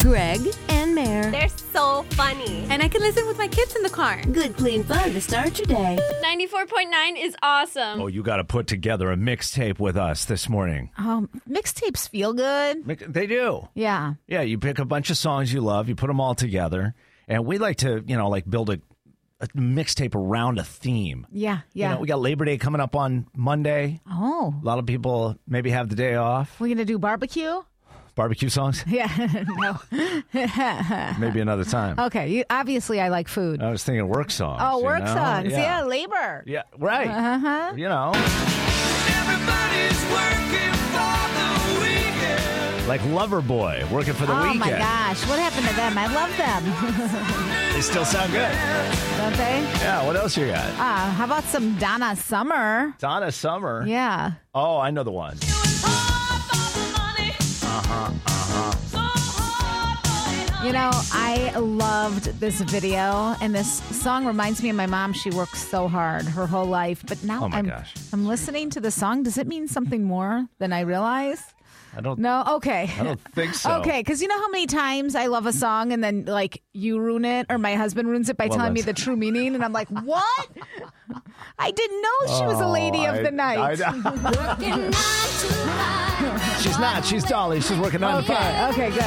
Greg, and Mare. They're so funny. And I can listen with my kids in the car. Good clean fun to start your day. 94.9 is awesome. Oh, you got to put together a mixtape with us this morning. Um, mixtapes feel good. Mix- They do. Yeah. Yeah, you pick a bunch of songs you love, you put them all together, and we like to, you know, like build a, a mixtape around a theme. Yeah. Yeah. You know, we got Labor Day coming up on Monday. oh. A lot of people maybe have the day off. We're gonna do barbecue? Barbecue songs, Yeah. no. maybe another time. Okay. You, obviously I like food. I was thinking work songs. oh, Uh, you work know? songs. Yeah. Yeah, labor. Yeah, right. Uh-huh. You know. Like Loverboy, working for the oh weekend. my gosh. What happened to them? I love them. They still sound good. Don't they? Yeah, what else you got? Uh, how about some Donna Summer? Donna Summer. Yeah. Oh, I know the one. You know, I loved this video, and this song reminds me of my mom. She worked so hard her whole life, but now Oh my I'm gosh. I'm listening to the song. Does it mean something more than I realize? I don't No, okay. I don't think so. Okay, because you know how many times I love a song and then like you ruin it or my husband ruins it by Well, telling me the that's- true meaning, and I'm like, what? I didn't know she was a lady of Oh, I- the night. I know. she's not. She's Dolly. She's working nine to five. okay, good.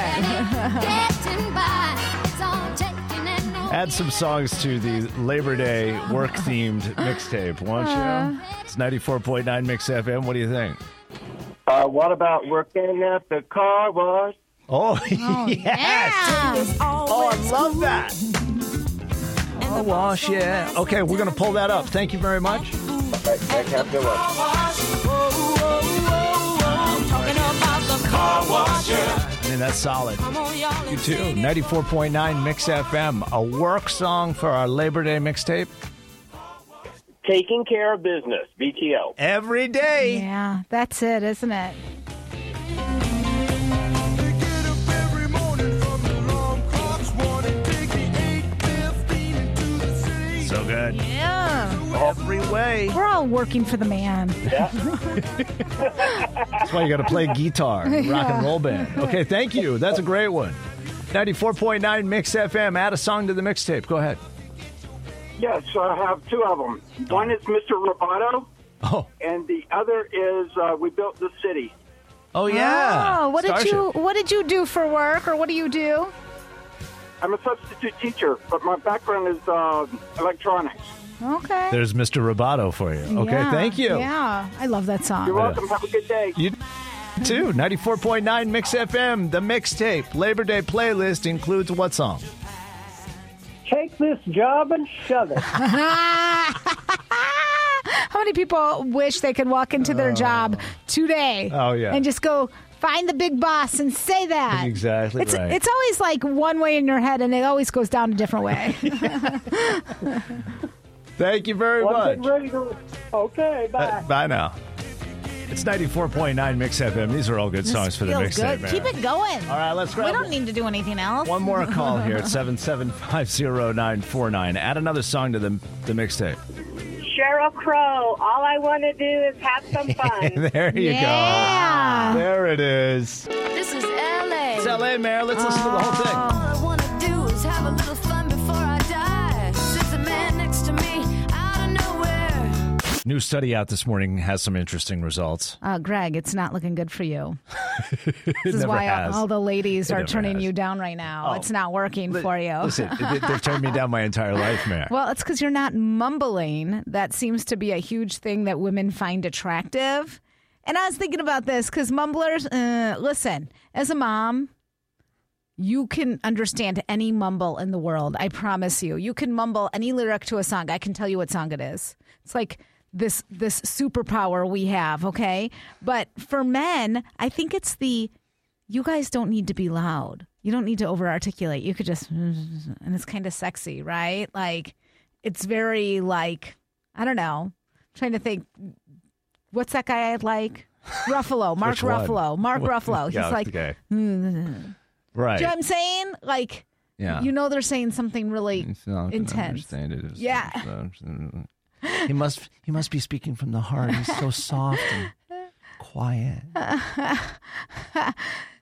Add some songs to the Labor Day work themed mixtape, won't you? Uh-huh. It's 94.9 Mix FM. What do you think? Uh, what about working at the car wash? Oh, yes. Oh, I love that. Oh, wash, yeah. Okay, we're going to pull that up. Thank you very much. Right, Greg, have a good one. I mean, that's solid. You too. 94.9 Mix FM, a work song for our Labor Day mixtape. Taking care of business, BTO. Every day. Yeah, that's it, isn't it? So good. Yeah. Every way. We're all working for the man. That's why you got to play guitar, in a rock and roll band. Okay, thank you. That's a great one. 94.9 Mix FM. Add a song to the mixtape. Go ahead. Yes, I have two of them. One is Mr. Roboto, Oh, and the other is uh, We Built the City. oh yeah. Oh, what did Starship. you what did you do for work or what do you do? I'm a substitute teacher, but my background is uh, electronics. Okay. There's Mr. Roboto for you. Okay, Yeah, thank you. Yeah. I love that song. You're welcome. Have a good day. You too. 94.9 Mix FM, the mixtape. Labor Day playlist includes what song? Take this job and shove it. How many people wish they could walk into their job today? Oh, yeah. and just go find the big boss and say that. Exactly It's right. it's always like one way in your head, and it always goes down a different way. Thank you very much. Okay, bye. Uh, bye now. It's 94.9 Mix FM. These are all good songs for the Feels mixtape, good. man. Keep it going. All right, let's We grab don't need to do anything else. one more call here at 7750949. Add another song to the, the mixtape. Cheryl Crow. uh, All I want to do is have some fun. There you Yeah. go. There it is. This is LA. It's LA, Mayor. Let's listen to the whole thing. All I wanna do is have a little fun before I die. Says the man next to me, out of nowhere. New study out this morning has some interesting results. Uh, Greg, it's not looking good for you. It This is never why has. all the ladies are never turning has. you down right now. Oh. It's not working Li- for you. Listen, they, they've turned me down my entire life, man. Well, it's because you're not mumbling. That seems to be a huge thing that women find attractive. And I was thinking about this because mumblers, uh, listen, as a mom, you can understand any mumble in the world. I promise you. You can mumble any lyric to a song. I can tell you what song it is. It's like this this superpower we have, okay? But for men, I think it's the you guys don't need to be loud. You don't need to over articulate. You could just, and it's kind of sexy, right? Like, it's very like, I don't know. trying to think, what's that guy I like? Ruffalo, Mark Which one? Ruffalo, Mark What- Ruffalo. He's yeah, like, okay. right. do you know what I'm saying? Like, yeah. you know, they're saying something really It's not gonna intense. understand it. It's- uh, Yeah. it's- He must. He must be speaking from the heart. He's so soft and quiet.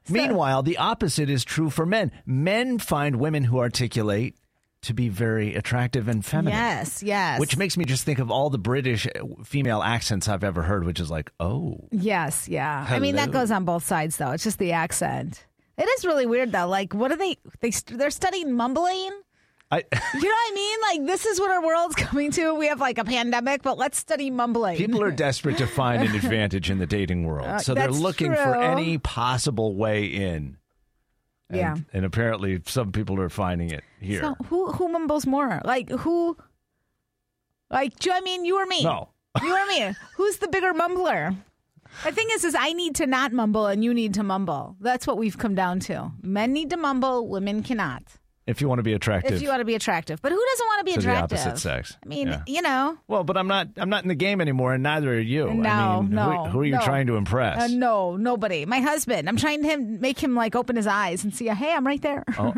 Meanwhile, the opposite is true for men. Men find women who articulate to be very attractive and feminine. Yes, yes. Which makes me just think of all the British uh, female accents I've ever heard, which is like, oh, Yes, yeah. I mean, that Hello. goes on both sides, though. It's just the accent. It is really weird, though. Like, what are they? They st- they're studying mumbling. I, You know what I mean? Like, this is what our world's coming to. We have like a pandemic, but let's study mumbling. people are desperate to find an advantage in the dating world. So they're Uh, that's looking for true. any possible way in. And, Yeah. And apparently some people are finding it here. So who who mumbles more? Like who? Like do you, I mean you or me? no. you or me? Who's the bigger mumbler? The thing is, is I need to not mumble and you need to mumble. That's what we've come down to. Men need to mumble, women cannot. If you want to be attractive If you want to be attractive, but who doesn't want to be to the attractive? opposite sex. I mean, Yeah. you know, Well, but I'm not. I'm not in the game anymore, and neither are you. I No, mean, no, Who, who are you no. trying to impress? uh, no, nobody. My husband. I'm trying to him, make him like open his eyes and see, hey, I'm right there. Oh.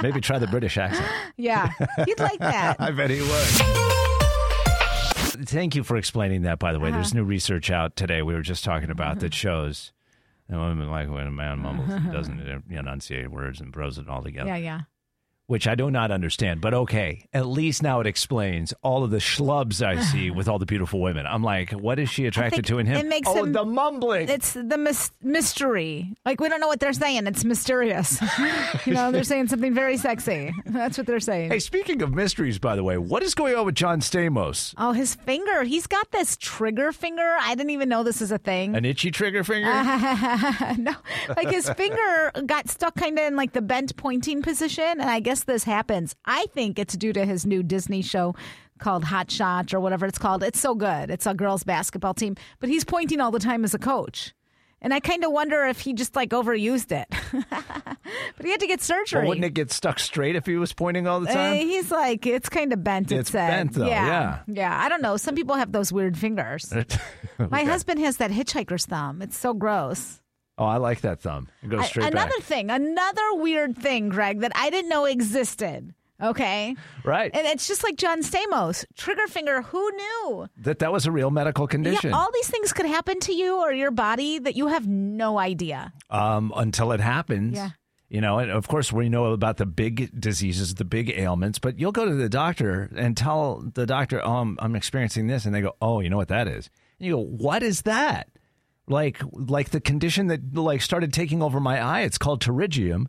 Maybe try the British accent. yeah, he'd like that. I bet he would. Thank you for explaining that. By the way, Uh-huh. there's new research out today. We were just talking about that shows. that women like when a man mumbles and doesn't uh, enunciate words and throws it all together, yeah, yeah. which I do not understand. But okay, at least now it explains all of the schlubs I see with all the beautiful women. I'm like, what is she attracted think to in him? it makes oh, him- the mumbling. it's the mys- mystery. Like we don't know what they're saying. It's mysterious. you know, they're saying something very sexy. That's what they're saying. Hey, speaking of mysteries, by the way, what is going on with John Stamos? Oh, his finger. He's got this trigger finger. I didn't even know this is a thing. An itchy trigger finger? uh, no, like his finger got stuck kind of in like the bent pointing position, and I guess this happens. I think it's due to his new Disney show called Hot Shot or whatever it's called. It's so good. It's a girls' basketball team, but he's pointing all the time as a coach. And I kind of wonder if he just like overused it. but he had to get surgery. Well, wouldn't it get stuck straight if he was pointing all the Uh, time? he's like, it's kind of bent. it It's said. bent, though, yeah. yeah, yeah. I don't know. Some people have those weird fingers. My husband has that hitchhiker's thumb. It's so gross. oh, I like that thumb. It goes I- straight another back. thing, another weird thing, Greg, that I didn't know existed. Okay. Right. And it's just like John Stamos, trigger finger. Who knew? that that was a real medical condition Yeah, all these things could happen to you or your body that you have no idea. um, until it happens. Yeah. You know, and of course we know about the big diseases, the big ailments, but you'll go to the doctor and tell the doctor, "Oh, I'm, I'm experiencing this," and they go, "Oh, you know what that is?" And you go, "What is that?" Like, like the condition that like started taking over my eye. It's called pterygium.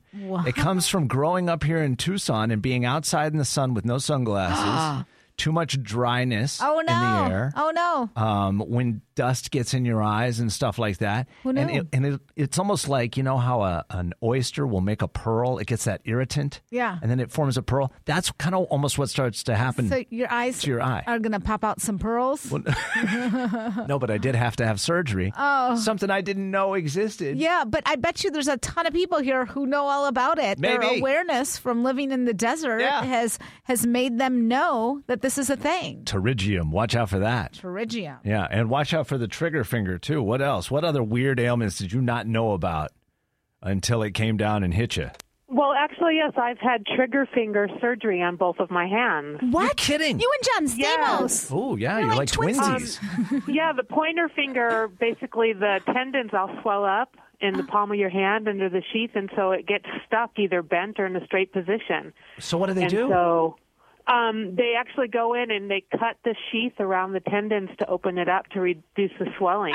It comes from growing up here in Tucson and being outside in the sun with no sunglasses, too much dryness Oh no! in the air Oh no! um, when dust gets in your eyes and stuff like that. Who and knew? it, and it, it's almost like you know how a, an oyster will make a pearl. It gets that irritant, Yeah. and then it forms a pearl. That's kind of almost what starts to happen. So your eyes to your eye. are gonna pop out some pearls. uh-huh. no, but I did have to have surgery. Oh, something I didn't know existed. Yeah, but I bet you there's a ton of people here who know all about it. Their Maybe. awareness from living in the desert Yeah. has has made them know that this is a thing. Pterygium, watch out for that. Pterygium. Yeah, and watch out for the trigger finger too. What else? What other weird ailments did you not know about until it came down and hit you? Well, actually, yes, I've had trigger finger surgery on both of my hands. What? kidding. You and John Stamos. Oh yeah, you're, like, like twinsies. twinsies. Um, yeah, the pointer finger, basically the tendons all swell up in the palm of your hand under the sheath, and so it gets stuck either bent or in a straight position. so what do they and do? so um, they actually go in and they cut the sheath around the tendons to open it up to reduce the swelling.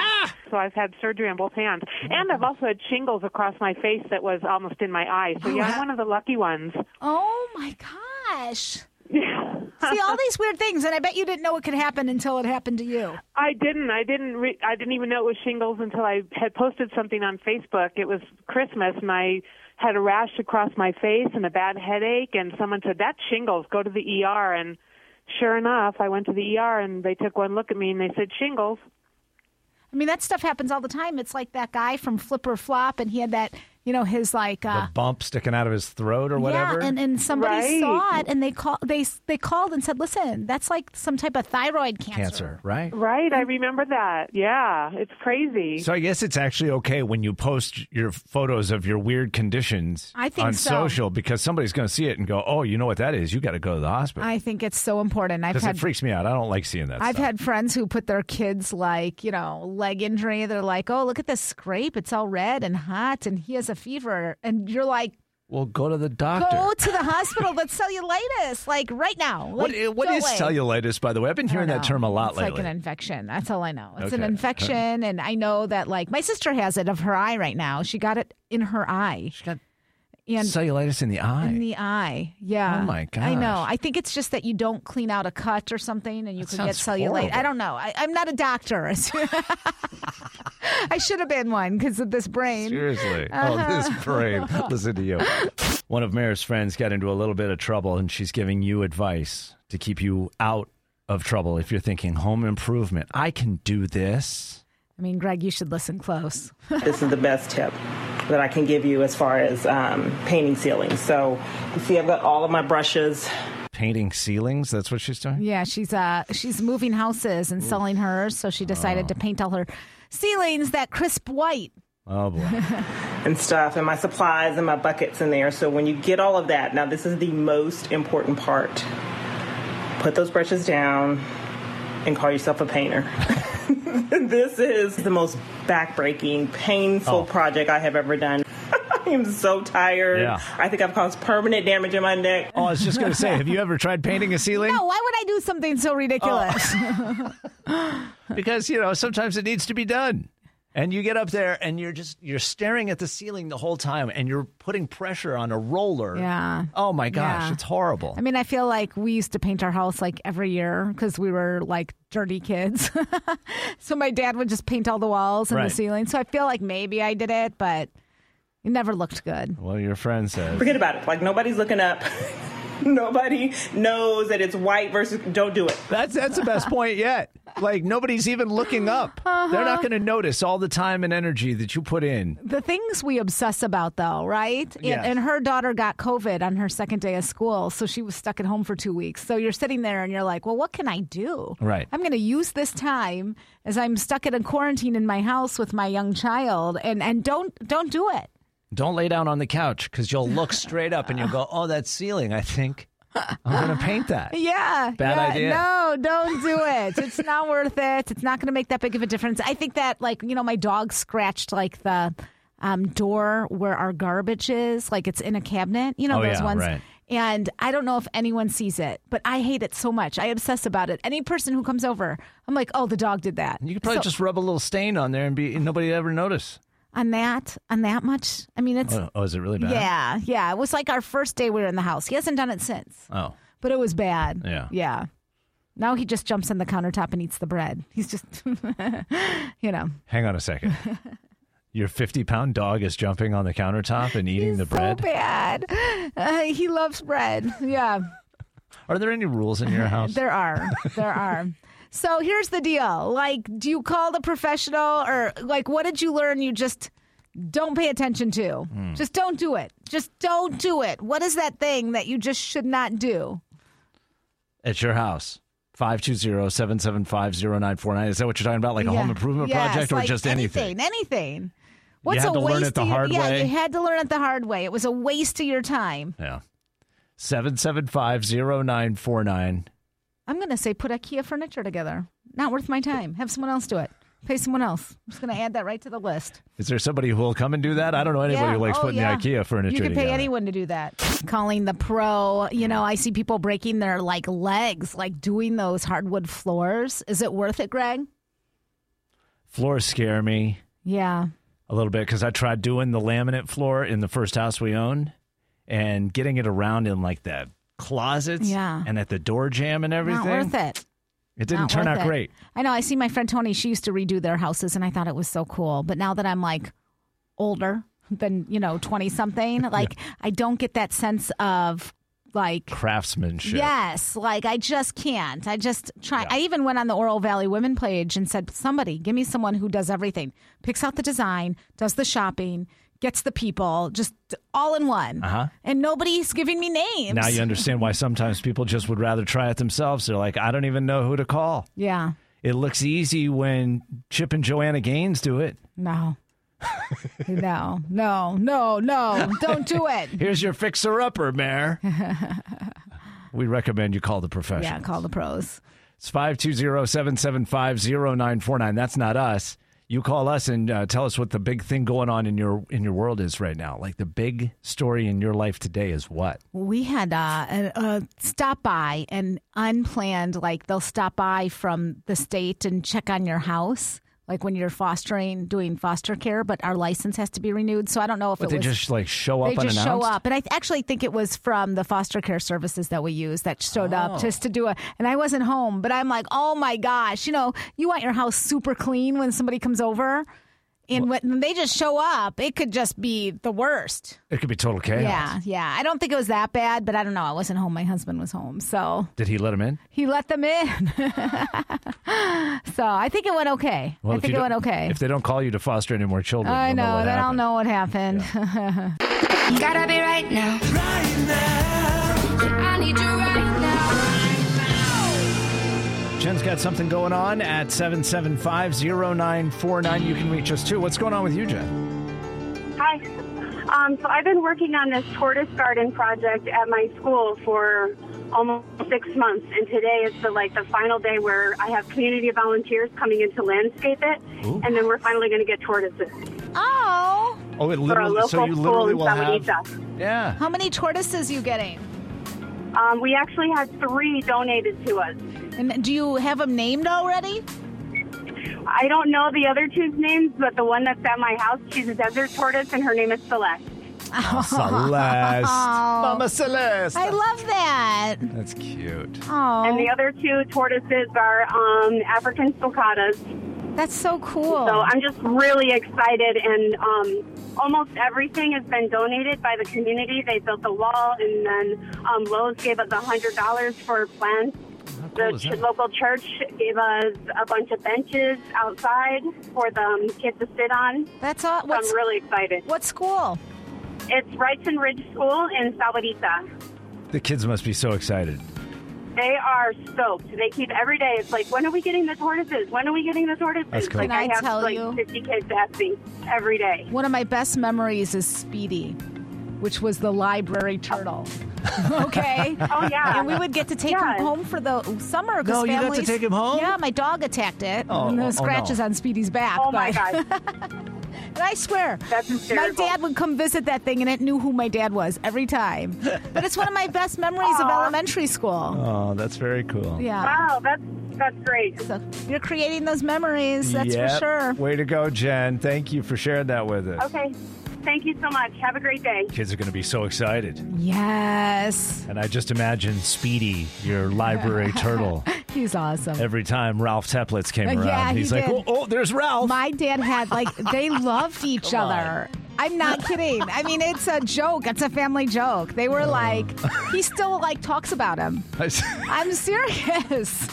So I've had surgery on both hands, and I've also had shingles across my face that was almost in my eye. So yeah, I'm one of the lucky ones. Oh my gosh. See all these weird things, and I bet you didn't know it could happen until it happened to you. I didn't. I didn't. Re- I didn't even know it was shingles until I had posted something on Facebook. It was Christmas, and I had a rash across my face and a bad headache. And someone said, "That's shingles. Go to the ER." And sure enough, I went to the ER, and they took one look at me and they said, "Shingles." I mean, that stuff happens all the time. It's like that guy from Flipper Flop, and he had that, you know, his like uh, the bump sticking out of his throat or whatever. Yeah, and, and somebody Right. saw it and they call they they called and said, "Listen, that's like some type of thyroid cancer." cancer, right? Right. I remember that. Yeah, it's crazy. So I guess it's actually okay when you post your photos of your weird conditions I think on so. social because somebody's going to see it and go, "Oh, you know what that is? You got to go to the hospital." I think it's so important. I've Because had it freaks me out. I don't like seeing that. I've stuff. had friends who put their kids like you know leg injury. They're like, "Oh, look at this scrape. It's all red and hot, and he has a fever, and you're like, Well, go to the doctor. go to the hospital. That's cellulitis, like right now. What Like, i- what go is away. cellulitis, by the way? I've I been don't hearing that know. term a lot it's lately. like an infection. That's all I know. It's an Okay. infection, and I know that like my sister has it of her eye right now. She got it in her eye. She got And cellulitis in the eye. in the eye. Yeah. Oh, my I know. gosh. I think it's just that you don't clean out a cut or something, and you That could get sounds cellulite. horrible. I don't know. I, I'm not a doctor. I should have been one because of this brain. Uh-huh. Seriously. Oh, this brave. Listen to you. One of Mayor's friends got into a little bit of trouble, and she's giving you advice to keep you out of trouble if you're thinking home improvement. I can do this. I mean, Greg, you should listen close. this is the best tip that I can give you as far as um, painting ceilings. So, you see, I've got all of my brushes. Painting ceilings. That's what she's doing. Yeah, she's uh she's moving houses and selling hers, so she decided to paint all her ceilings that crisp white. Oh boy. and stuff and my supplies and my buckets in there. So when you get all of that, now this is the most important part. Put those brushes down and call yourself a painter. this is the most backbreaking, painful Oh. project I have ever done. I am so tired. Yeah. I think I've caused permanent damage in my neck. Oh, I was just gonna say. Have you ever tried painting a ceiling? No, why would I do something so ridiculous? Because you know sometimes it needs to be done. And you get up there and you're just you're staring at the ceiling the whole time and you're putting pressure on a roller. Yeah. Oh my gosh, Yeah. it's horrible. I mean, I feel like we used to paint our house like every year because we were like dirty kids. so my dad would just paint all the walls and Right. the ceiling. So I feel like maybe I did it, but it never looked good. well, your friend says. Forget about it. Like nobody's looking up. Nobody knows that it's white versus don't do it. That's that's the best point yet. Like nobody's even looking up. They're Uh-huh. not going to notice all the time and energy that you put in. The things we obsess about, though, right? And, Yes. and her daughter got COVID on her second day of school, so she was stuck at home for two weeks. So you're sitting there and you're like, well, what can I do? Right. I'm going to use this time as I'm stuck in a quarantine in my house with my young child, and and don't don't do it. Don't lay down on the couch because you'll look straight up and you'll go, "Oh, that ceiling. I think I'm going to paint that." Yeah. Bad yeah. idea. No, don't do it. It's not worth it. It's not going to make that big of a difference. I think that, like, you know, my dog scratched, like, the um, door where our garbage is. Like, it's in a cabinet. You know, Oh, those yeah, ones. right. And I don't know if anyone sees it, but I hate it so much. I obsess about it. Any person who comes over, I'm like, oh, the dog did that. You could probably So just rub a little stain on there and be and nobody ever notice. on that, on that much. I mean, it's Oh, oh, is it really bad? yeah, yeah. It was like our first day we were in the house. He hasn't done it since. Oh, But it was bad. Yeah. Yeah. Now he just jumps on the countertop and eats the bread. He's just, you know, hang on a second. Your 50 pound dog is jumping on the countertop and eating the bread. so bad. Uh, he loves bread. Yeah, Are there any rules in your house? there are. There are. So here's the deal. Like, do you call the professional or like what did you learn you just don't pay attention to? Hmm. Just don't do it. Just don't do it. What is that thing that you just should not do? At your house. 520-775-0949. Is that what you're talking about? Like a Yeah. home improvement Yes, project or like just anything? Anything. What's had a to learn waste it the of your- hard yeah, way. you had to learn it the hard way. It was a waste of your time. Yeah. 775-0949. I'm going to say put IKEA furniture together. Not worth my time. Have someone else do it. Pay someone else. I'm just going to add that right to the list. Is there somebody who will come and do that? I don't know anybody Yeah. who likes Oh, putting yeah. the IKEA furniture You could pay together. anyone to do that. Calling the pro. You know, I see people breaking their like legs, like doing those hardwood floors. Is it worth it, Greg? Floors scare me Yeah. a little bit because I tried doing the laminate floor in the first house we own and getting it around in like the closets Yeah. and at the door jam and everything. Not worth it. It didn't Not turn worth out it. great. I know. I see my friend Tony. She used to redo their houses, and I thought it was so cool. But now that I'm like older than you know twenty something, like I don't get that sense of like. Craftsmanship. Yes, like I just can't. I just try. I even went on the Oral Valley Women page and said, "Somebody, give me someone who does everything: picks out the design, does the shopping, gets the people, just all in one." Uh-huh. And nobody's giving me names. Now you understand why sometimes people just would rather try it themselves. They're like, I don't even know who to call. yeah, It looks easy when Chip and Joanna Gaines do it. no, no, no, no, no! Don't do it. Here's your fixer upper, Mayor. we recommend you call the professional. Yeah, call the pros. It's 520 775 0949. That's not us. You call us and uh, tell us what the big thing going on in your in your world is right now. Like the big story in your life today is what? We had uh, a, a stop by, an unplanned, like they'll stop by from the state and check on your house, like when you're fostering, doing foster care, but our license has to be renewed. So I don't know if But it they was. just like show up they just show unannounced? up, and I th- actually think it was from the foster care services that we use that showed Oh. up just to do a. And I wasn't home, but I'm like, oh my gosh, you know, you want your house super clean when somebody comes over, and when they just show up, it could just be the worst. It could be total chaos. Yeah, yeah. I don't think it was that bad, but I don't know. I wasn't home. My husband was home, so Did he let him in? he let them in. so I think it went okay. I if think you it went don't- okay. If they don't call you to foster any more children, I you'll know. what then I'll happened. know what happened. Gotta be right now. I need you right now. Jen's got something going on at 775-0949. You can reach us too. What's going on with you, Jen? Hi. Um, so I've been working on this tortoise garden project at my school for almost six months, and today is the like the final day where I have community volunteers coming in to landscape it, and then we're finally going to get tortoises oh, Oh, it for a literally. local So you school literally in will have. Sawanita. Yeah. how many tortoises you getting? Um, we actually had three donated to us. And do you have them named already? I don't know the other two's names, but the one that's at my house, she's a desert tortoise, and her name is Celeste. Celeste. Mama Celeste. Oh. I love that. That's cute. And Oh, the other two tortoises are um, African sulcatas. that's so cool. So I'm just really excited, and um, almost everything has been donated by the community. They built the wall, and then um, Lowe's gave us hundred dollars for plants. cool the is ch- that? local church gave us a bunch of benches outside for the um, kids to sit on. that's all. So What's, I'm really excited. what school? It's Wrightson Ridge School in Sawadita. The kids must be so excited. They are stoked. They keep every day. It's like, when are we getting the tortoises? When are we getting the tortoises? That's cool. Like Can I have tell like you? 50 kids asking every day. One of my best memories is Speedy, which was the library turtle. okay. Oh yeah. And we would get to take Yeah. him home for the summer. 'cause No, you got to families- take him home? Yeah, my dog attacked it. Oh, and oh, oh, the scratches no. on Speedy's back. Oh my but- god. And I swear, That's my hysterical. dad would come visit that thing, and it knew who my dad was every time. But it's one of my best memories of Aw. elementary school. Oh, that's very cool. Yeah. Wow, that's that's great. So you're creating those memories, that's Yep. for sure. Way to go, Jen. Thank you for sharing that with us. Okay. Thank you so much. Have a great day. Kids are going to be so excited. Yes. And I just imagine Speedy, your library turtle, He's awesome. every time Ralph Teplitz came Uh, Yeah, around. he He's like, did. oh, oh, there's Ralph. My dad had like they loved each other. I'm not kidding. I mean, it's a joke. It's a family joke. They Oh. were like, he still like talks about him. I'm serious.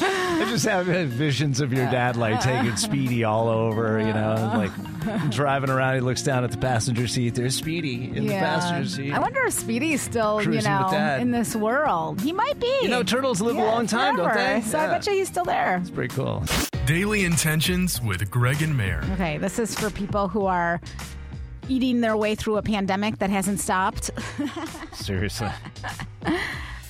I just have visions of your dad like taking Speedy all over, you know, and, like driving around. He looks down at the passenger seat. There's Speedy in the passenger seat. I wonder if Speedy's still, you Cruising with know, Dad. in this world. He might be. You know, turtles live a long time, don't forever. they? So I Yeah. bet you he's still there. It's pretty cool. Daily Intentions with Greg and Mayor. Okay, this is for people who are eating their way through a pandemic that hasn't stopped. Seriously. I,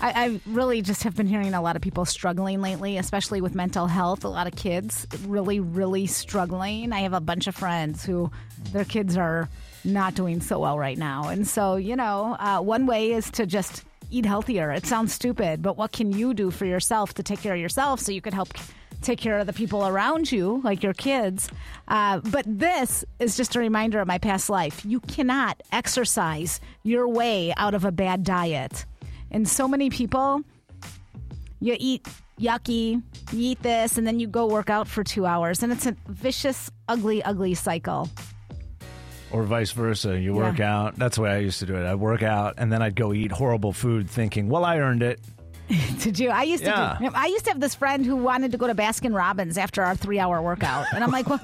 I really just have been hearing a lot of people struggling lately, especially with mental health. A lot of kids really, really struggling. I have a bunch of friends who their kids are not doing so well right now. And so, you know, uh, one way is to just eat healthier. It sounds stupid, but what can you do for yourself to take care of yourself so you could help? Take care of the people around you, like your kids. Uh, but this is just a reminder of my past life. You cannot exercise your way out of a bad diet. And so many people, you eat yucky, you eat this, and then you go work out for two hours. And it's a vicious, ugly, ugly cycle. Or vice versa. You work out. That's the way I used to do it. I'd work out and then I'd go eat horrible food thinking, well, I earned it. Did you? I used to. do- Yeah. I used to have this friend who wanted to go to Baskin Robbins after our three-hour workout, and I'm like, well,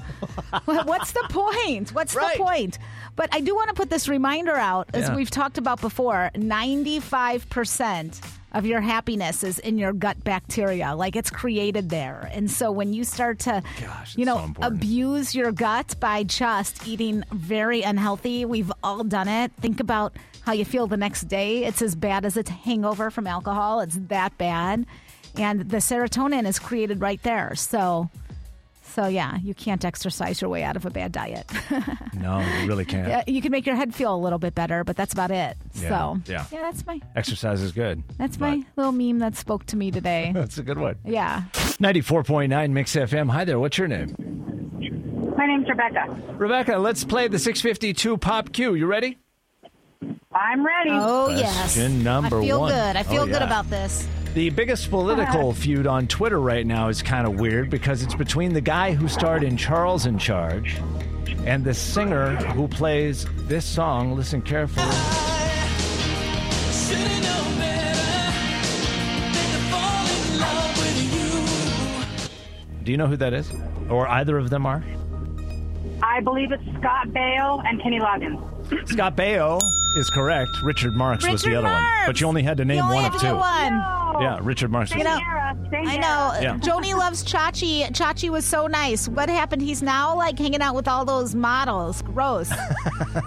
what- "What's the point? What's Right. the point?" But I do want to put this reminder out, as Yeah. we've talked about before. Ninety-five percent of your happiness is in your gut bacteria, like it's created there, and so when you start to, Gosh, you it's know, so important. abuse your gut by just eating very unhealthy, we've all done it. Think about how you feel the next day. It's as bad as a hangover from alcohol. It's that bad. And the serotonin is created right there. So So, yeah, you can't exercise your way out of a bad diet. No, you really can't. Yeah, you can make your head feel a little bit better, but that's about it. Yeah, So, yeah. that's my Exercise is good. that's my little meme that spoke to me today. That's a good one. yeah. 94.9 Mix FM. Hi there. What's your name? My name's Rebecca. Rebecca, let's play the 652 Pop Q. You ready? I'm ready. Oh yes. Question number I feel one. good. I feel Oh, good yeah. about this. The biggest political feud on Twitter right now is kind of weird because it's between the guy who starred in Charles in Charge and the singer who plays this song. Listen carefully. Do you know who that is? Or either of them are? I believe it's Scott Baio and Kenny Loggins. Scott Baio is correct. Richard Marks was the Richard other one. But you only had to name one of two. Yeah, Richard Marks. You was- know, I know. Yeah. Joni loves Chachi. Chachi was so nice. What happened? He's now like hanging out with all those models. Gross. it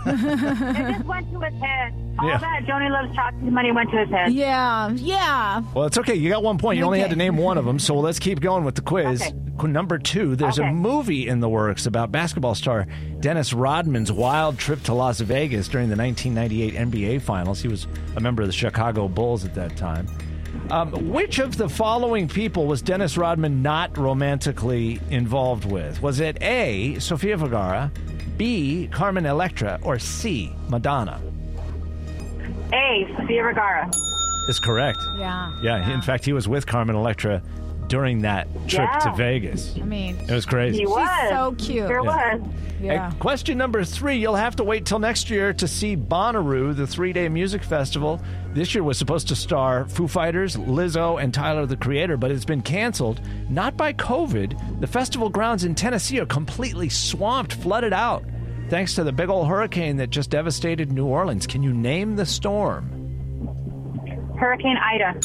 just went to his head. All Yeah. that Joni loves Chachi's money went to his head. Yeah, yeah. Well, it's okay. You got one point. You only had to name one of them. So let's keep going with the quiz. Okay. Qu- Number two, there's a movie in the works about basketball star Dennis Rodman's wild trip to Las Vegas during the 1998 NBA Finals. He was a member of the Chicago Bulls at that time. Um, which of the following people was Dennis Rodman not romantically involved with? Was it A, Sofia Vergara, B, Carmen Electra, or C, Madonna? A. Sofia Vergara. Is correct. Yeah. Yeah, in fact, he was with Carmen Electra during that trip to Yeah. Vegas. I mean, It was crazy. He was. so cute. Sure Yeah. was. Yeah. And question number three you'll have to wait till next year to see Bonnaroo, the three day music festival. This year was supposed to star Foo Fighters, Lizzo, and Tyler the Creator, but it's been canceled, not by COVID. The festival grounds in Tennessee are completely swamped, flooded out, thanks to the big old hurricane that just devastated New Orleans. Can you name the storm? Hurricane Ida.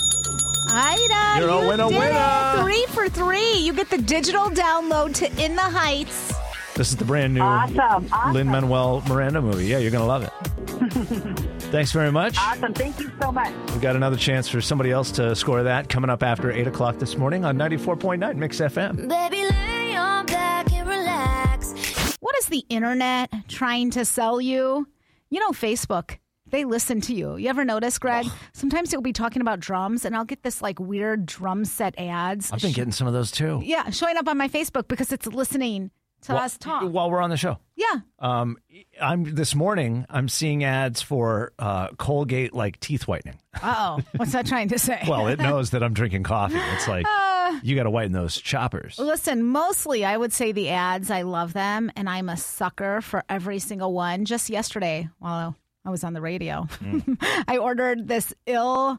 Ida, You're a you winner, did winner. it. Three for three. You get the digital download to In the Heights. This is the brand new Awesome. Awesome. Lin Manuel Miranda movie. Yeah, you're going to love it. Thanks very much. Awesome. Thank you so much. We've got another chance for somebody else to score that coming up after 8 o'clock this morning on 94.9 Mix FM. Baby, lay on back and relax. What is the internet trying to sell you? You know, Facebook. They listen to you. You ever notice, Greg? Sometimes you'll be talking about drums, and I'll get this like weird drum set ads. I've been getting some of those too. Yeah, showing up on my Facebook because it's listening to us talk. While we're on the show. yeah. Um, I'm this morning. I'm seeing ads for uh, Colgate like teeth whitening. Uh oh. What's that trying to say? Well, it knows that I'm drinking coffee. It's like Uh, you got to whiten those choppers. Listen, mostly I would say the ads. I love them, and I'm a sucker for every single one. Just yesterday, while I was on the radio, I ordered this Il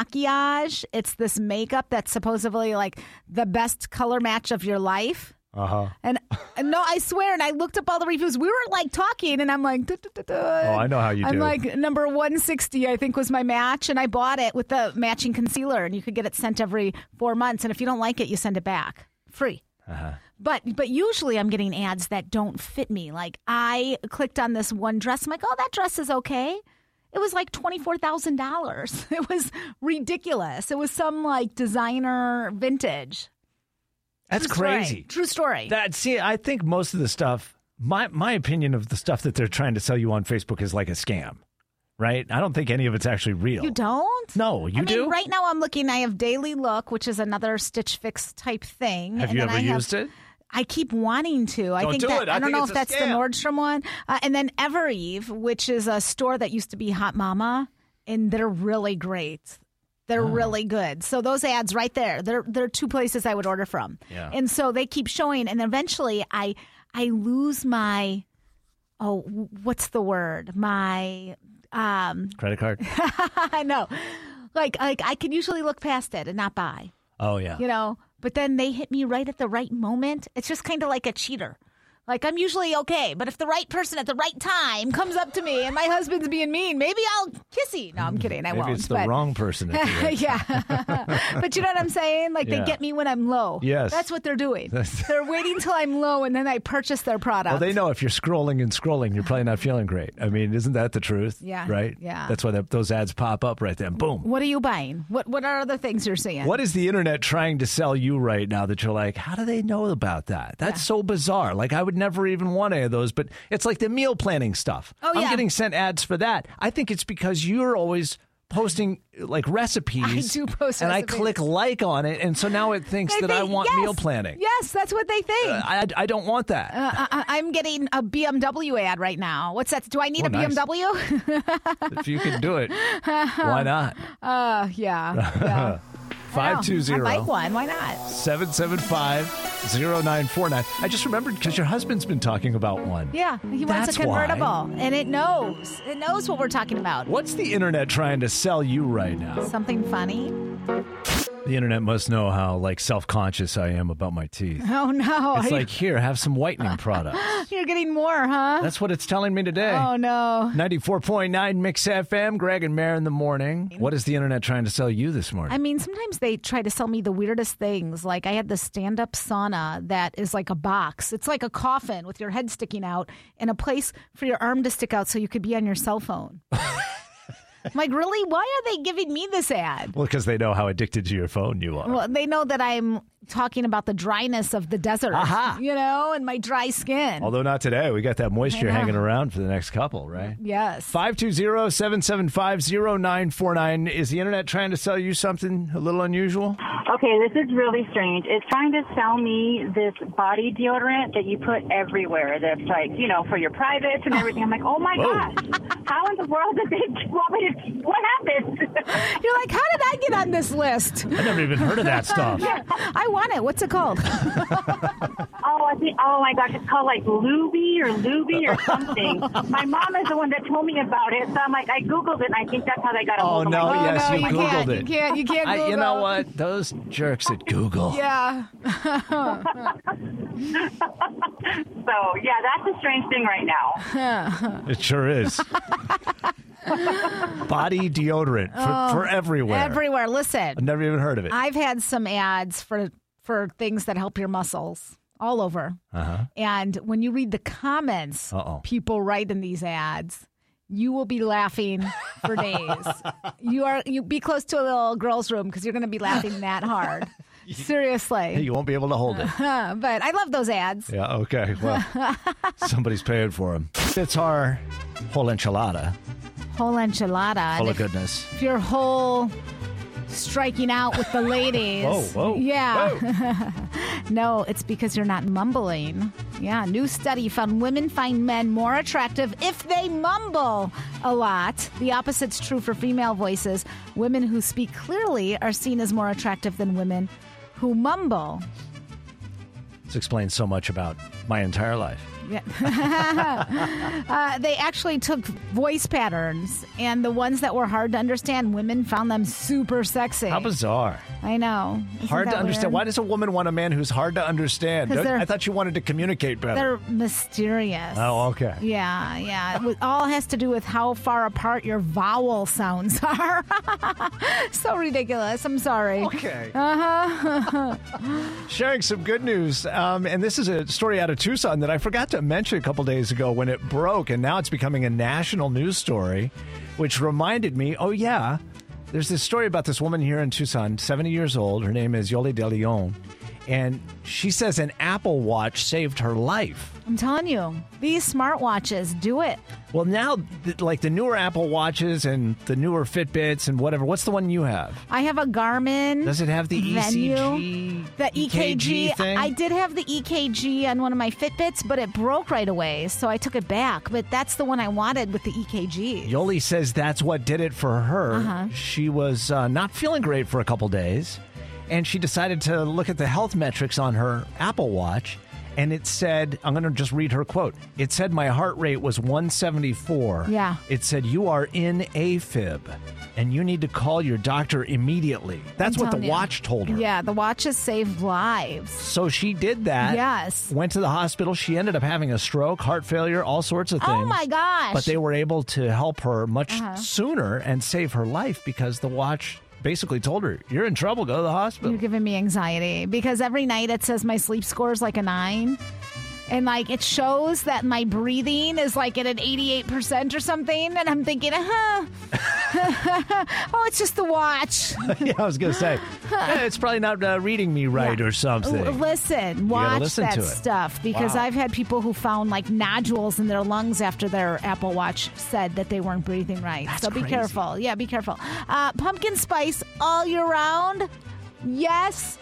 Maquillage. It's this makeup that's supposedly like the best color match of your life. Uh huh. And and no, I swear. And I looked up all the reviews. We were like talking, and I'm like, duh, duh, duh, duh. Oh, I know how you I'm do. like number 160, I think was my match, and I bought it with the matching concealer, and you could get it sent every four months, and if you don't like it, you send it back free. Uh-huh. But but usually I'm getting ads that don't fit me. Like I clicked on this one dress. I'm like, oh, that dress is okay. It was like twenty four thousand dollars. It was ridiculous. It was some like designer vintage. That's True story. crazy. True story. That see, I think most of the stuff. My my opinion of the stuff that they're trying to sell you on Facebook is like a scam, right? I don't think any of it's actually real. You don't? No, you I mean, do? Right now, I'm looking. I have Daily Look, which is another Stitch Fix type thing. Have you then ever I used it? I keep wanting to. I Don't think do that it. I I, don't think know it's if a that's the scam. Nordstrom one, uh, and then Evereve, which is a store that used to be Hot Mama, and they're really great. They're Oh. really good. So those ads right there, they're they're two places I would order from. Yeah. And so they keep showing, and eventually I I lose my oh w- what's the word my um Credit card. I know. Like like I can usually look past it and not buy, Oh yeah. you know. But then they hit me right at the right moment. It's just kind of like a cheater. Like I'm usually okay, but if the right person at the right time comes up to me and my husband's being mean, maybe I'll kissy. No, I'm kidding. I Maybe won't. it's the but- wrong person. At the right yeah. but you know what I'm saying? Like Yeah. they get me when I'm low. Yes. That's what they're doing. That's- they're waiting till I'm low and then I purchase their product. Well, they know if you're scrolling and scrolling, you're probably not feeling great. I mean, isn't that the truth? Yeah, Right? yeah. That's why that, those ads pop up right then. Boom. what are you buying? What what are other things you're seeing? What is the internet trying to sell you right now that you're like, how do they know about that? That's so bizarre. Like, I would never even want any of those, but it's like the meal planning stuff. Oh, I'm yeah. getting sent ads for that. I think it's because you're always posting like recipes. do post And recipes. I click like on it. And so now it thinks They that I think- want yes, meal planning. Yes, that's what they think. Uh, I, I don't want that. Uh, I, I- I'm getting a BMW ad right now. What's that? Do I need Oh, a nice. BMW? if you can do it, why not? uh, yeah. I know. 520. I like one. Why not? 775-0949. I just remembered because your husband's been talking about one. Yeah, he wants That's a convertible, why. and it knows. It knows what we're talking about. What's the internet trying to sell you right now? Something funny? The internet must know how like self-conscious I am about my teeth. Oh no! It's like, here, have some whitening product. You're getting more, huh? That's what it's telling me today. Oh no! 94.9 Mix FM, Greg and Mare in the morning. What is the internet trying to sell you this morning? I mean, sometimes they try to sell me the weirdest things. Like I had the stand-up sauna that is like a box. It's like a coffin with your head sticking out and a place for your arm to stick out so you could be on your cell phone. I'm like, really? Why are they giving me this ad? well, because they know how addicted to your phone you are. Well, they know that I'm talking about the dryness of the desert, Aha. you know, and my dry skin. Although not today. We got that moisture know. hanging around for the next couple, right? yes. 520-775-0949. Is the internet trying to sell you something a little unusual? Okay, this is really strange. It's trying to sell me this body deodorant that you put everywhere. That's like, you know, for your privates and everything. I'm like, oh my Whoa. gosh, how in the world did they want me to? What happened? You're like, how did I get on this list? I never even heard of that stuff. I want it. What's it called? Oh, I think. Oh my gosh, it's called like Luby or Luby or something. my mom is the one that told me about it, so I'm like, I googled it, and I think that's how they got a Oh, hold of no, my yes, no, you you Googled can't, it. you can't, you can't I, you know Google. what? Those jerks at Google. Yeah. So yeah, that's a strange thing right now. It sure is. Body deodorant for, Oh, for everywhere. Everywhere. Listen, I've never even heard of it. I've had some ads for for things that help your muscles all over. Uh-huh. And when you read the comments Uh-oh. people write in these ads, you will be laughing for days. you are you be close to a little girls' room because you're going to be laughing that hard. Seriously. You won't be able to hold it. Huh, but I love those ads. Yeah, okay. Well, somebody's paying for them. It's our whole enchilada. Whole enchilada. And Full of if, goodness. if you're whole striking out with the ladies. Whoa, whoa. Yeah. No, it's because you're not mumbling. Yeah, new study found women find men more attractive if they mumble a lot. The opposite's true for female voices. Women who speak clearly are seen as more attractive than women who mumble. This explains so much about my entire life. Uh, they actually took voice patterns, and the ones that were hard to understand, women found them super sexy. How bizarre. I know. Isn't hard that to understand. weird? Why does a woman want a man who's hard to understand? 'Cause Don't- they're- I thought you wanted to communicate better. They're mysterious. Oh, okay. Yeah, yeah. It was- all has to do with how far apart your vowel sounds are. so ridiculous. I'm sorry. Okay. Uh-huh. Sharing some good news. Um, and this is a story out of Tucson that I forgot to mention a couple days ago when it broke, and now it's becoming a national news story, which reminded me oh, yeah, there's this story about this woman here in Tucson, 70 years old. Her name is Yoli De Leon. And she says an Apple Watch saved her life. I'm telling you, these smartwatches do it. Well, now, th- like the newer Apple Watches and the newer Fitbits and whatever, what's the one you have? I have a Garmin. Does it have the E Venue. ECG? The EKG, thing? I did have the EKG on one of my Fitbits, but it broke right away, so I took it back. But that's the one I wanted with the E EKG. Yoli says that's what did it for her. Uh-huh. She was uh, not feeling great for a couple days, and she decided to look at the health metrics on her Apple Watch, and it said, I'm going to just read her quote. It said, My heart rate was 174. Yeah. It said, You are in AFib and you need to call your doctor immediately. That's I'm what the telling you. watch told her. Yeah, the watches save lives. So she did that. Yes. Went to the hospital. She ended up having a stroke, heart failure, all sorts of Oh, things. my gosh. But they were able to help her much Uh-huh. sooner and save her life because the watch basically told her, You're in trouble, go to the hospital. You're giving me anxiety because every night it says my sleep score is like a nine. And like it shows that my breathing is like at an 88% or something. And I'm thinking, huh. oh, it's just the watch. yeah, I was going to say, "Eh, it's probably not uh, reading me right or something. L- Listen, watch listen that to it. stuff because Wow. I've had people who found like nodules in their lungs after their Apple Watch said that they weren't breathing right. so be crazy. careful. Yeah, be careful. Uh, pumpkin spice all year round. Yes,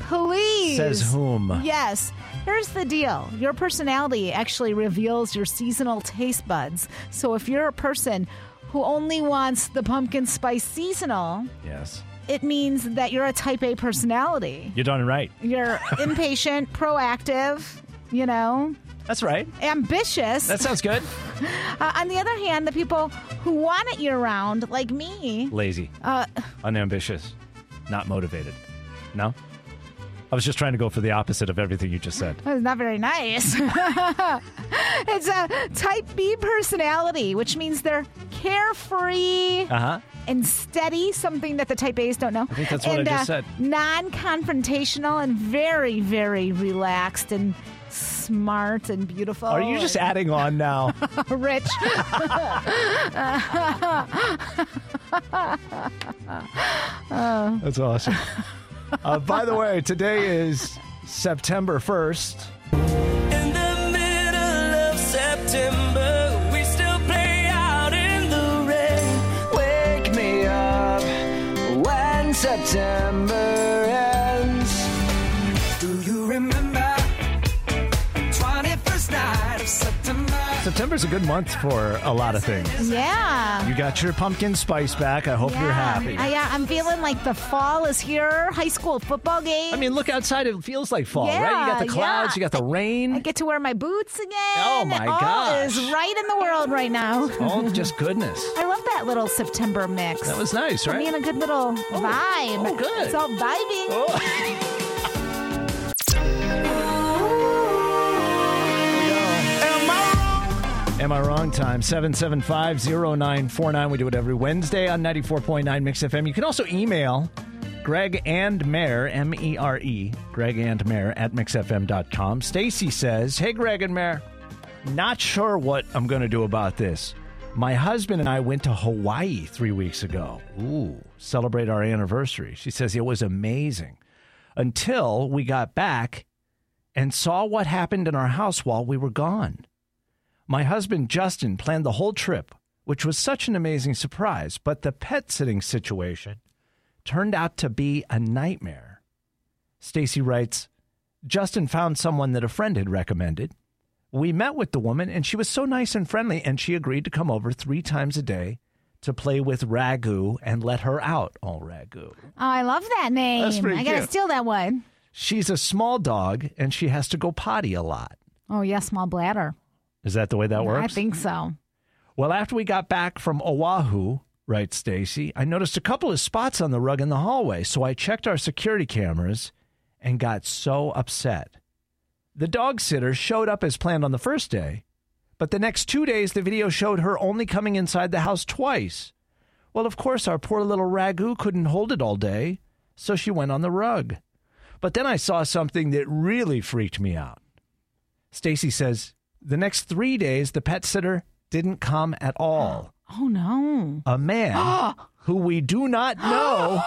please. Says whom? Yes. Here's the deal your personality actually reveals your seasonal taste buds. So if you're a person who only wants the pumpkin spice seasonal, Yes. it means that you're a type A personality. You're darn right. You're impatient, proactive, you know, That's right. ambitious. That sounds good. Uh, on the other hand, the people who want it year round, like me, Lazy, uh, unambitious, not motivated. No? I was just trying to go for the opposite of everything you just said. That's not very nice. it's a type B personality, which means they're carefree Uh huh. and steady, something that the type A's don't know. I think that's what I and, just uh, said. Non confrontational and very, very relaxed and smart and beautiful. Are you just adding on now? rich? Uh, That's awesome. Uh, by the way, today is September 1st. In the middle of September, we still play out in the rain. Wake me up when September ends. Do you remember 21st night of September? September's a good month for a lot of things. yeah. You got your pumpkin spice back. I hope you're happy. I, yeah, I'm feeling like the fall is here. High school football game. I mean, look outside. It feels like fall, right? You got the Yeah, clouds, you got the rain. I get to wear my boots again. Oh, my All gosh. is right in the world right now. Oh, just goodness. I love that little September mix. That was nice, Put me in right? a good little vibe. oh, good. Oh. It's all vibing. Oh, Am I wrong? Time 775-0949. We do it every Wednesday on 94.9 Mix FM. You can also email Greg and Mare, M-E-R-E, E, Greg and Mare at mixfm.com. Stacy says, Hey Greg and Mare, not sure what I'm gonna do about this. My husband and I went to Hawaii three weeks ago. Ooh, celebrate our anniversary. She says it was amazing. Until we got back and saw what happened in our house while we were gone. My husband, Justin, planned the whole trip, which was such an amazing surprise, but the pet sitting situation turned out to be a nightmare. Stacy writes Justin found someone that a friend had recommended. We met with the woman, and she was so nice and friendly, and she agreed to come over three times a day to play with Ragu and let her out on Ragu. Oh, I love that name. That's pretty I gotta cute. steal that one. She's a small dog, and she has to go potty a lot. Oh yeah, small bladder. Is that the way that works? I think so. Well, after we got back from Oahu, writes Stacy, I noticed a couple of spots on the rug in the hallway, so I checked our security cameras and got so upset. The dog sitter showed up as planned on the first day, but the next two days the video showed her only coming inside the house twice. Well, of course, our poor little ragu couldn't hold it all day, so she went on the rug. But then I saw something that really freaked me out. Stacy says the next three days the pet sitter didn't come at all. Oh no. A man who we do not know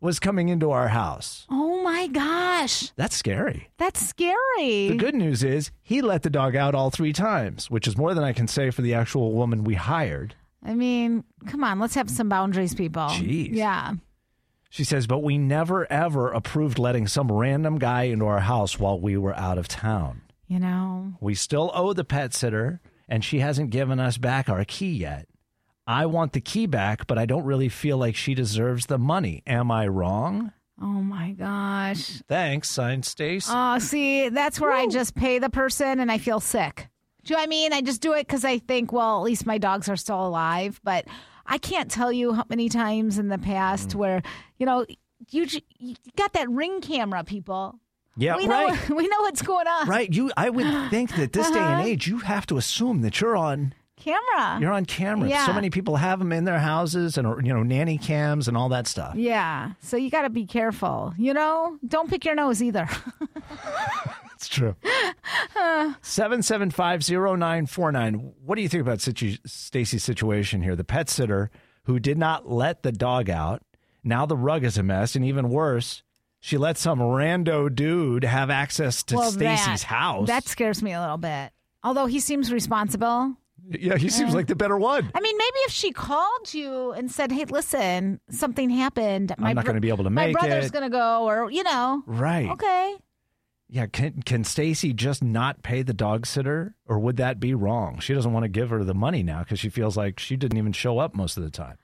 was coming into our house. Oh my gosh. That's scary. That's scary. The good news is he let the dog out all three times, which is more than I can say for the actual woman we hired. I mean, come on, let's have some boundaries, people. Jeez. Yeah. She says, but we never ever approved letting some random guy into our house while we were out of town. You know. We still owe the pet sitter, and she hasn't given us back our key yet. I want the key back, but I don't really feel like she deserves the money. Am I wrong? Oh my gosh. Thanks, signed Stace. Oh, see, that's where I just pay the person and I feel sick. Do you know what I mean? I just do it because I think, well, at least my dogs are still alive. But I can't tell you how many times in the Mm. past where, you know, you, j- you got that ring camera, people. yeah, we right. Know, we know what's going on. Right. You I would think that this day and Uh-huh. age you have to assume that you're on Camera. you're on camera. So Yeah. many people have them in their houses and or, you know nanny cams and all that stuff. Yeah. So you got to be careful. You know, don't pick your nose either. It's true. Seven seven five zero nine four nine. What do you think about situ- Stacy's situation here? The pet sitter who did not let the dog out. Now the rug is a mess, and even worse, she let some rando dude have access to Well, that- Stacy's house. That scares me a little bit. Although he seems responsible. yeah, he seems like the better one. I mean, maybe if she called you and said, "Hey, listen, something happened. My not gonna be able to my make brother's it." going to go, or you know, Right. Okay, Yeah, can can Stacy just not pay the dog sitter, or would that be wrong? She doesn't want to give her the money now because she feels like she didn't even show up most of the time.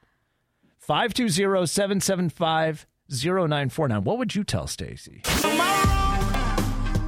520-775-0949. What would you tell Stacy?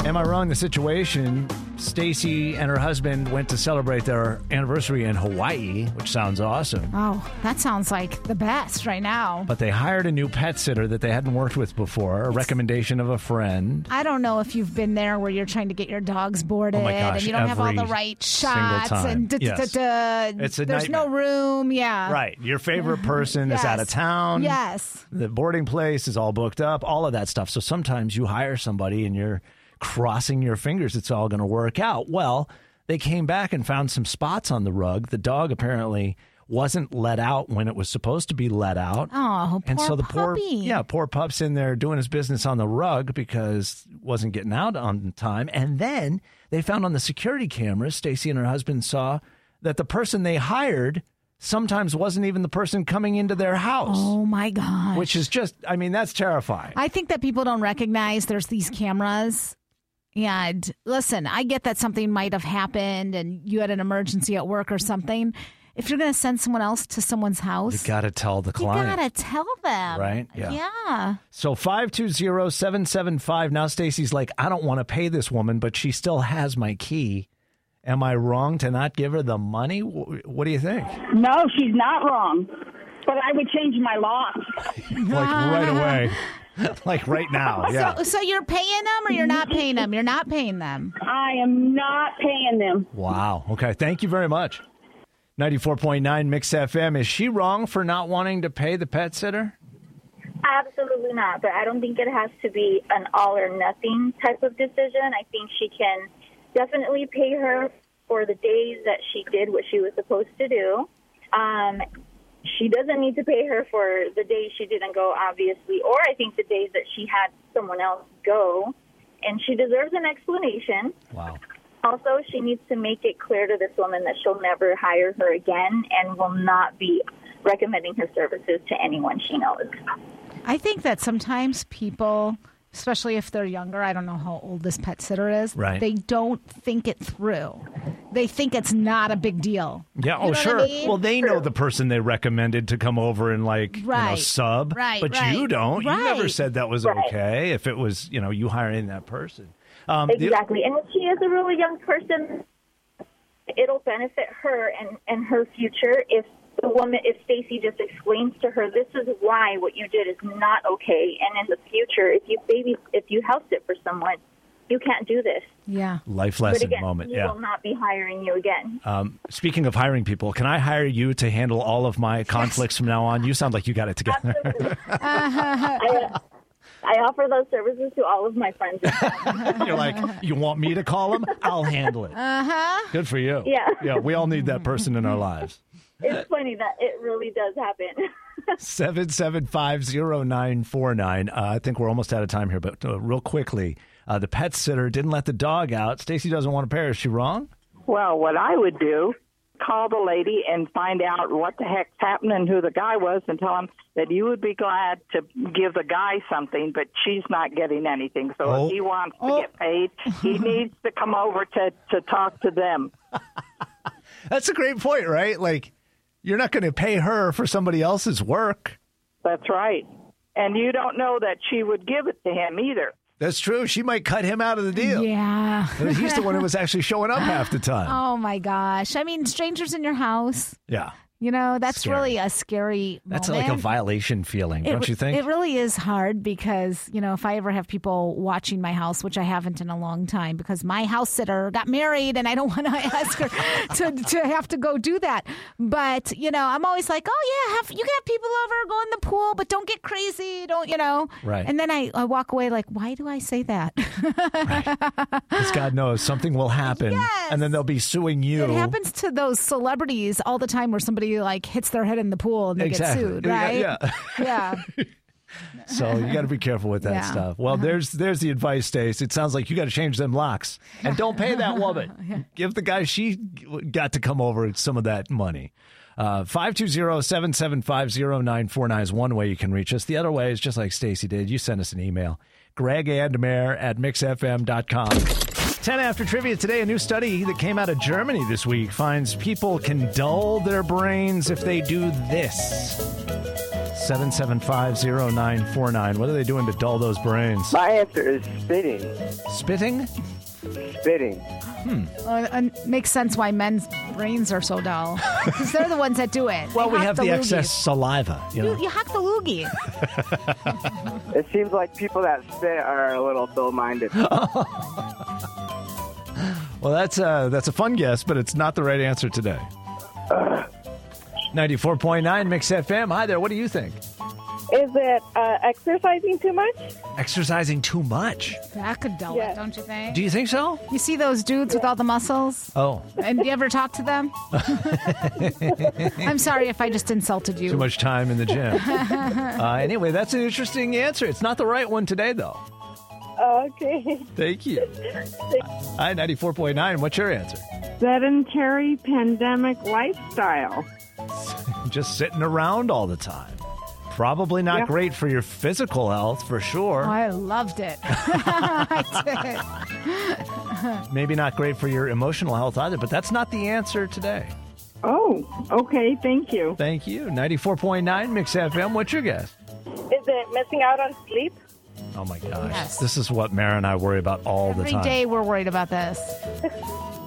Am I wrong? The situation, Stacy and her husband went to celebrate their anniversary in Hawaii, which sounds awesome. oh, that sounds like the best right now. But they hired a new pet sitter that they hadn't worked with before, a recommendation of a friend. I don't know if you've been there where you're trying to get your dogs boarded Oh my and gosh, you don't have all the every right single shots and da, time. da, Yes. da, da. It's a there's no room. Yeah, Right. Your favorite person is out of Uh. Yes. town. Yes. The boarding place is all booked up, all of that stuff. So sometimes you hire somebody and you're crossing your fingers it's all going to work out. Well, they came back and found some spots on the rug. The dog apparently wasn't let out when it was supposed to be let out. Oh, and poor so the poor puppy. yeah, poor pup's in there doing his business on the rug because wasn't getting out on time. And then they found on the security cameras, Stacy and her husband saw that the person they hired sometimes wasn't even the person coming into their house. Oh my god. Which is just I mean, that's terrifying. I think that people don't recognize there's these cameras. And listen, I get that something might have happened and you had an emergency at work or something. If you're going to send someone else to someone's You house, got to tell the you client. got to tell them. Right? Yeah. Yeah. So 520-775. Now Stacy's like, I don't want to pay this woman, but she still has my key. Am I wrong to not give her the money? Wh- What do you think? No, she's not wrong. But I would change my lock. like right away. like right now. Yeah. So, Oh, so you're paying them or you're not paying them? You're not paying them. I am not paying them. Wow. Okay. Thank you very much. 94.9 Mix FM. Is she wrong for not wanting to pay the pet sitter? Absolutely not. But I don't think it has to be an all or nothing type of decision. I think she can definitely pay her for the days that she did what she was supposed to do. Um, she doesn't need to pay her for the days she didn't go, obviously, or I think the days that she had someone else go. And she deserves an explanation. Wow. Also, she needs to make it clear to this woman that she'll never hire her again and will not be recommending her services to anyone she knows. I think that sometimes people, especially if they're younger, I don't know how old this pet sitter is, Right. they don't think it through. They think it's not a big deal. Yeah. know oh, what I sure. mean? Well, they know the person they recommended to come over and like you know, Right. sub. Right, But you right. don't. You never Right. said that was Right. okay. If it was, you know, you hiring that person. Um, the- Exactly. And if she is a really young person, it'll benefit her and, and her future if the woman, if Stacy just explains to her, this is why what you did is not okay. And in the future, if you baby, if you house it for someone, you can't do this. Yeah. life But lesson again, moment. He Yeah. will not be hiring you again. Um, speaking of hiring people, can I hire you to handle all of my conflicts from now on? You sound like you got it together. I, I offer those services to all of my friends. You're like, you want me to call them? I'll handle it. Uh huh. Good for you. Uh-huh. Yeah. Yeah, we all need that person in our lives. It's funny that it really does happen. 7750949. Uh, I think we're almost out of time here, but uh, real quickly, uh, the pet sitter didn't let the dog out. Stacy doesn't want to pay her. Is she wrong? Well, what I would do, call the lady and find out what the heck's happened and who the guy was and tell him that you would be glad to give the guy something, but she's not getting anything. So Oh. if he wants to get paid, he needs to come over to, to talk to them. That's a great point, right? Like, you're not going to pay her for somebody else's work. That's right. and you don't know that she would give it to him either. That's true. She might cut him out of the deal. Yeah. He's the one who was actually showing up half the time. Oh my gosh. I mean, strangers in your house. Yeah. You know, that's Scary. really a scary That's moment. like a violation feeling, Oh, It don't re- you think? It really is hard because, you know, if I ever have people watching my house, which I haven't in a long time because my house sitter got married and I don't want to ask her to, to have to go do that. But, you know, I'm always like, oh, yeah, have, you can have people over, go in the pool, but don't get crazy. Don't, you know? Right. And then I, I walk away like, why do I say that? Because God knows something will happen, and then they'll be suing you. It happens to those celebrities all the time where somebody like hits their head in the pool and they Exactly. get sued, Yeah, right? yeah. yeah. So you got to be careful with that Yeah. stuff. Well, there's there's the advice, Stace. It sounds like you got to change them locks and don't pay that woman. Give the guy she got to come over some of that money. Uh, Five two zero seven seven five zero nine four nine is one way you can reach us. The other way is just like Stacy did. You send us an email, Greg and Mayor at mixfm.com. 10 after trivia today, a new study that came out of Germany this week finds people can dull their brains if they do this. 7750949. What are they doing to dull those brains? My answer is spitting. Spitting? Spitting. Uh, and makes sense why men's brains are so dull because they're the ones that do it. Well, They we hock have the loogie. excess saliva, you You, know. you hack the loogie. It seems like people that spit are a little dull-minded. Well, that's a, that's a fun guess, but it's not the right answer today. 94.9 Mix FM. Hi there. What do you think? Is it uh, exercising too much? Exercising too much. That could dull it, don't you think? Do you think so? You see those dudes with all the muscles? Oh. And do you ever talk to them? I'm sorry if I just insulted you. Too much time in the gym. uh, anyway, that's an interesting answer. It's not the right one today, though. okay. Thank you. Hi, 94.9. What's your answer? Sedentary pandemic lifestyle. Just sitting around all the time. Probably not Yeah. great for your physical health, for Oh, sure. I loved it. I did. Maybe not great for your emotional health either, but that's not the answer today. Oh, okay. Thank you. Thank you. 94.9 Mix FM. What's your guess? Is it missing out on sleep? Oh my gosh. This is what Mara and I worry about all the Every time. day we're worried about this.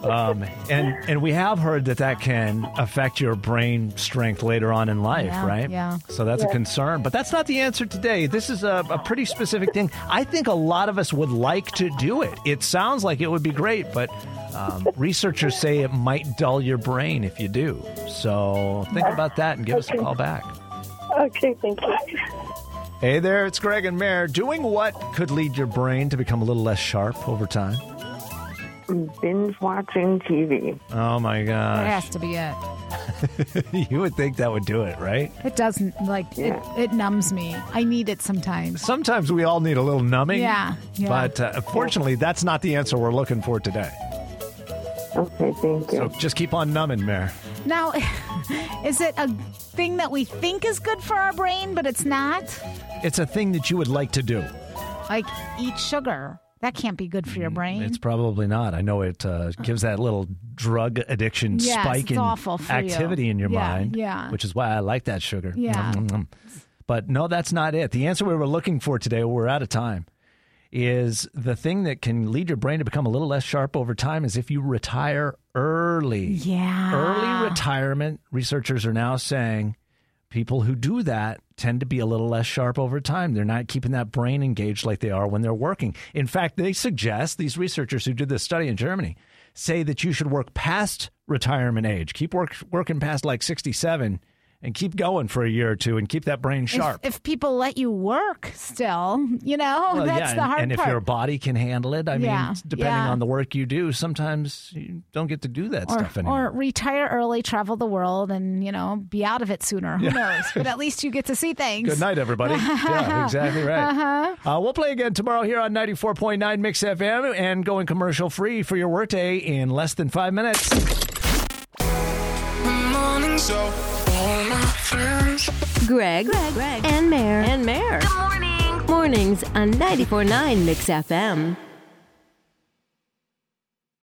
Um, and, and we have heard that that can affect your brain strength later on in life, Yeah, right? yeah. So that's a Yeah. concern. But that's not the answer today. This is a, a pretty specific thing. I think a lot of us would like to do it. It sounds like it would be great, but um, researchers say it might dull your brain if you do. So think about that and give us a call back. Okay, thank you. Hey there, it's Greg and Mayor. Doing what could lead your brain to become a little less sharp over time? Binge watching TV. Oh my That gosh. has to be it. you would think that would do it, right? It doesn't like it, it numbs me. I need it sometimes. Sometimes we all need a little numbing. Yeah, yeah. But uh, fortunately, that's not the answer we're looking for today. Okay, thank So just keep on numbing, Mayor. Now, is it a thing that we think is good for our brain, but it's not? It's a thing that you would like to do. Like eat sugar. That can't be good for your brain. Mm, It's probably not. I know it uh, gives that little drug addiction Yes, spike it's in awful for activity you. in your Yeah, mind, yeah. which is why I like that sugar. Yeah. But no, that's not it. The answer we were looking for today, we're out of time, is the thing that can lead your brain to become a little less sharp over time is if you retire early. Yeah. Early retirement, researchers are now saying people who do that tend to be a little less sharp over time. They're not keeping that brain engaged like they are when they're working. In fact, they suggest these researchers who did this study in Germany say that you should work past retirement age. Keep work, working past like 67 and keep going for a year or two and keep that brain If- sharp. If, people let you work still, you know, Well, that's yeah, the and- hard and, part. if your body can handle it, I Yeah, mean, depending yeah. on the work you do, sometimes you don't get to do that or, stuff anymore. or retire early, travel the world, and you know, be out of it sooner. Who Yeah. knows? But at least you get to see things. Good night, everybody. yeah, exactly right. Uh, we'll play again tomorrow here on 94.9 Mix FM and going commercial free for your workday in less than five minutes. Greg, Greg, and Mayor, and Mayor. Good morning. Mornings on 94.9 Mix FM.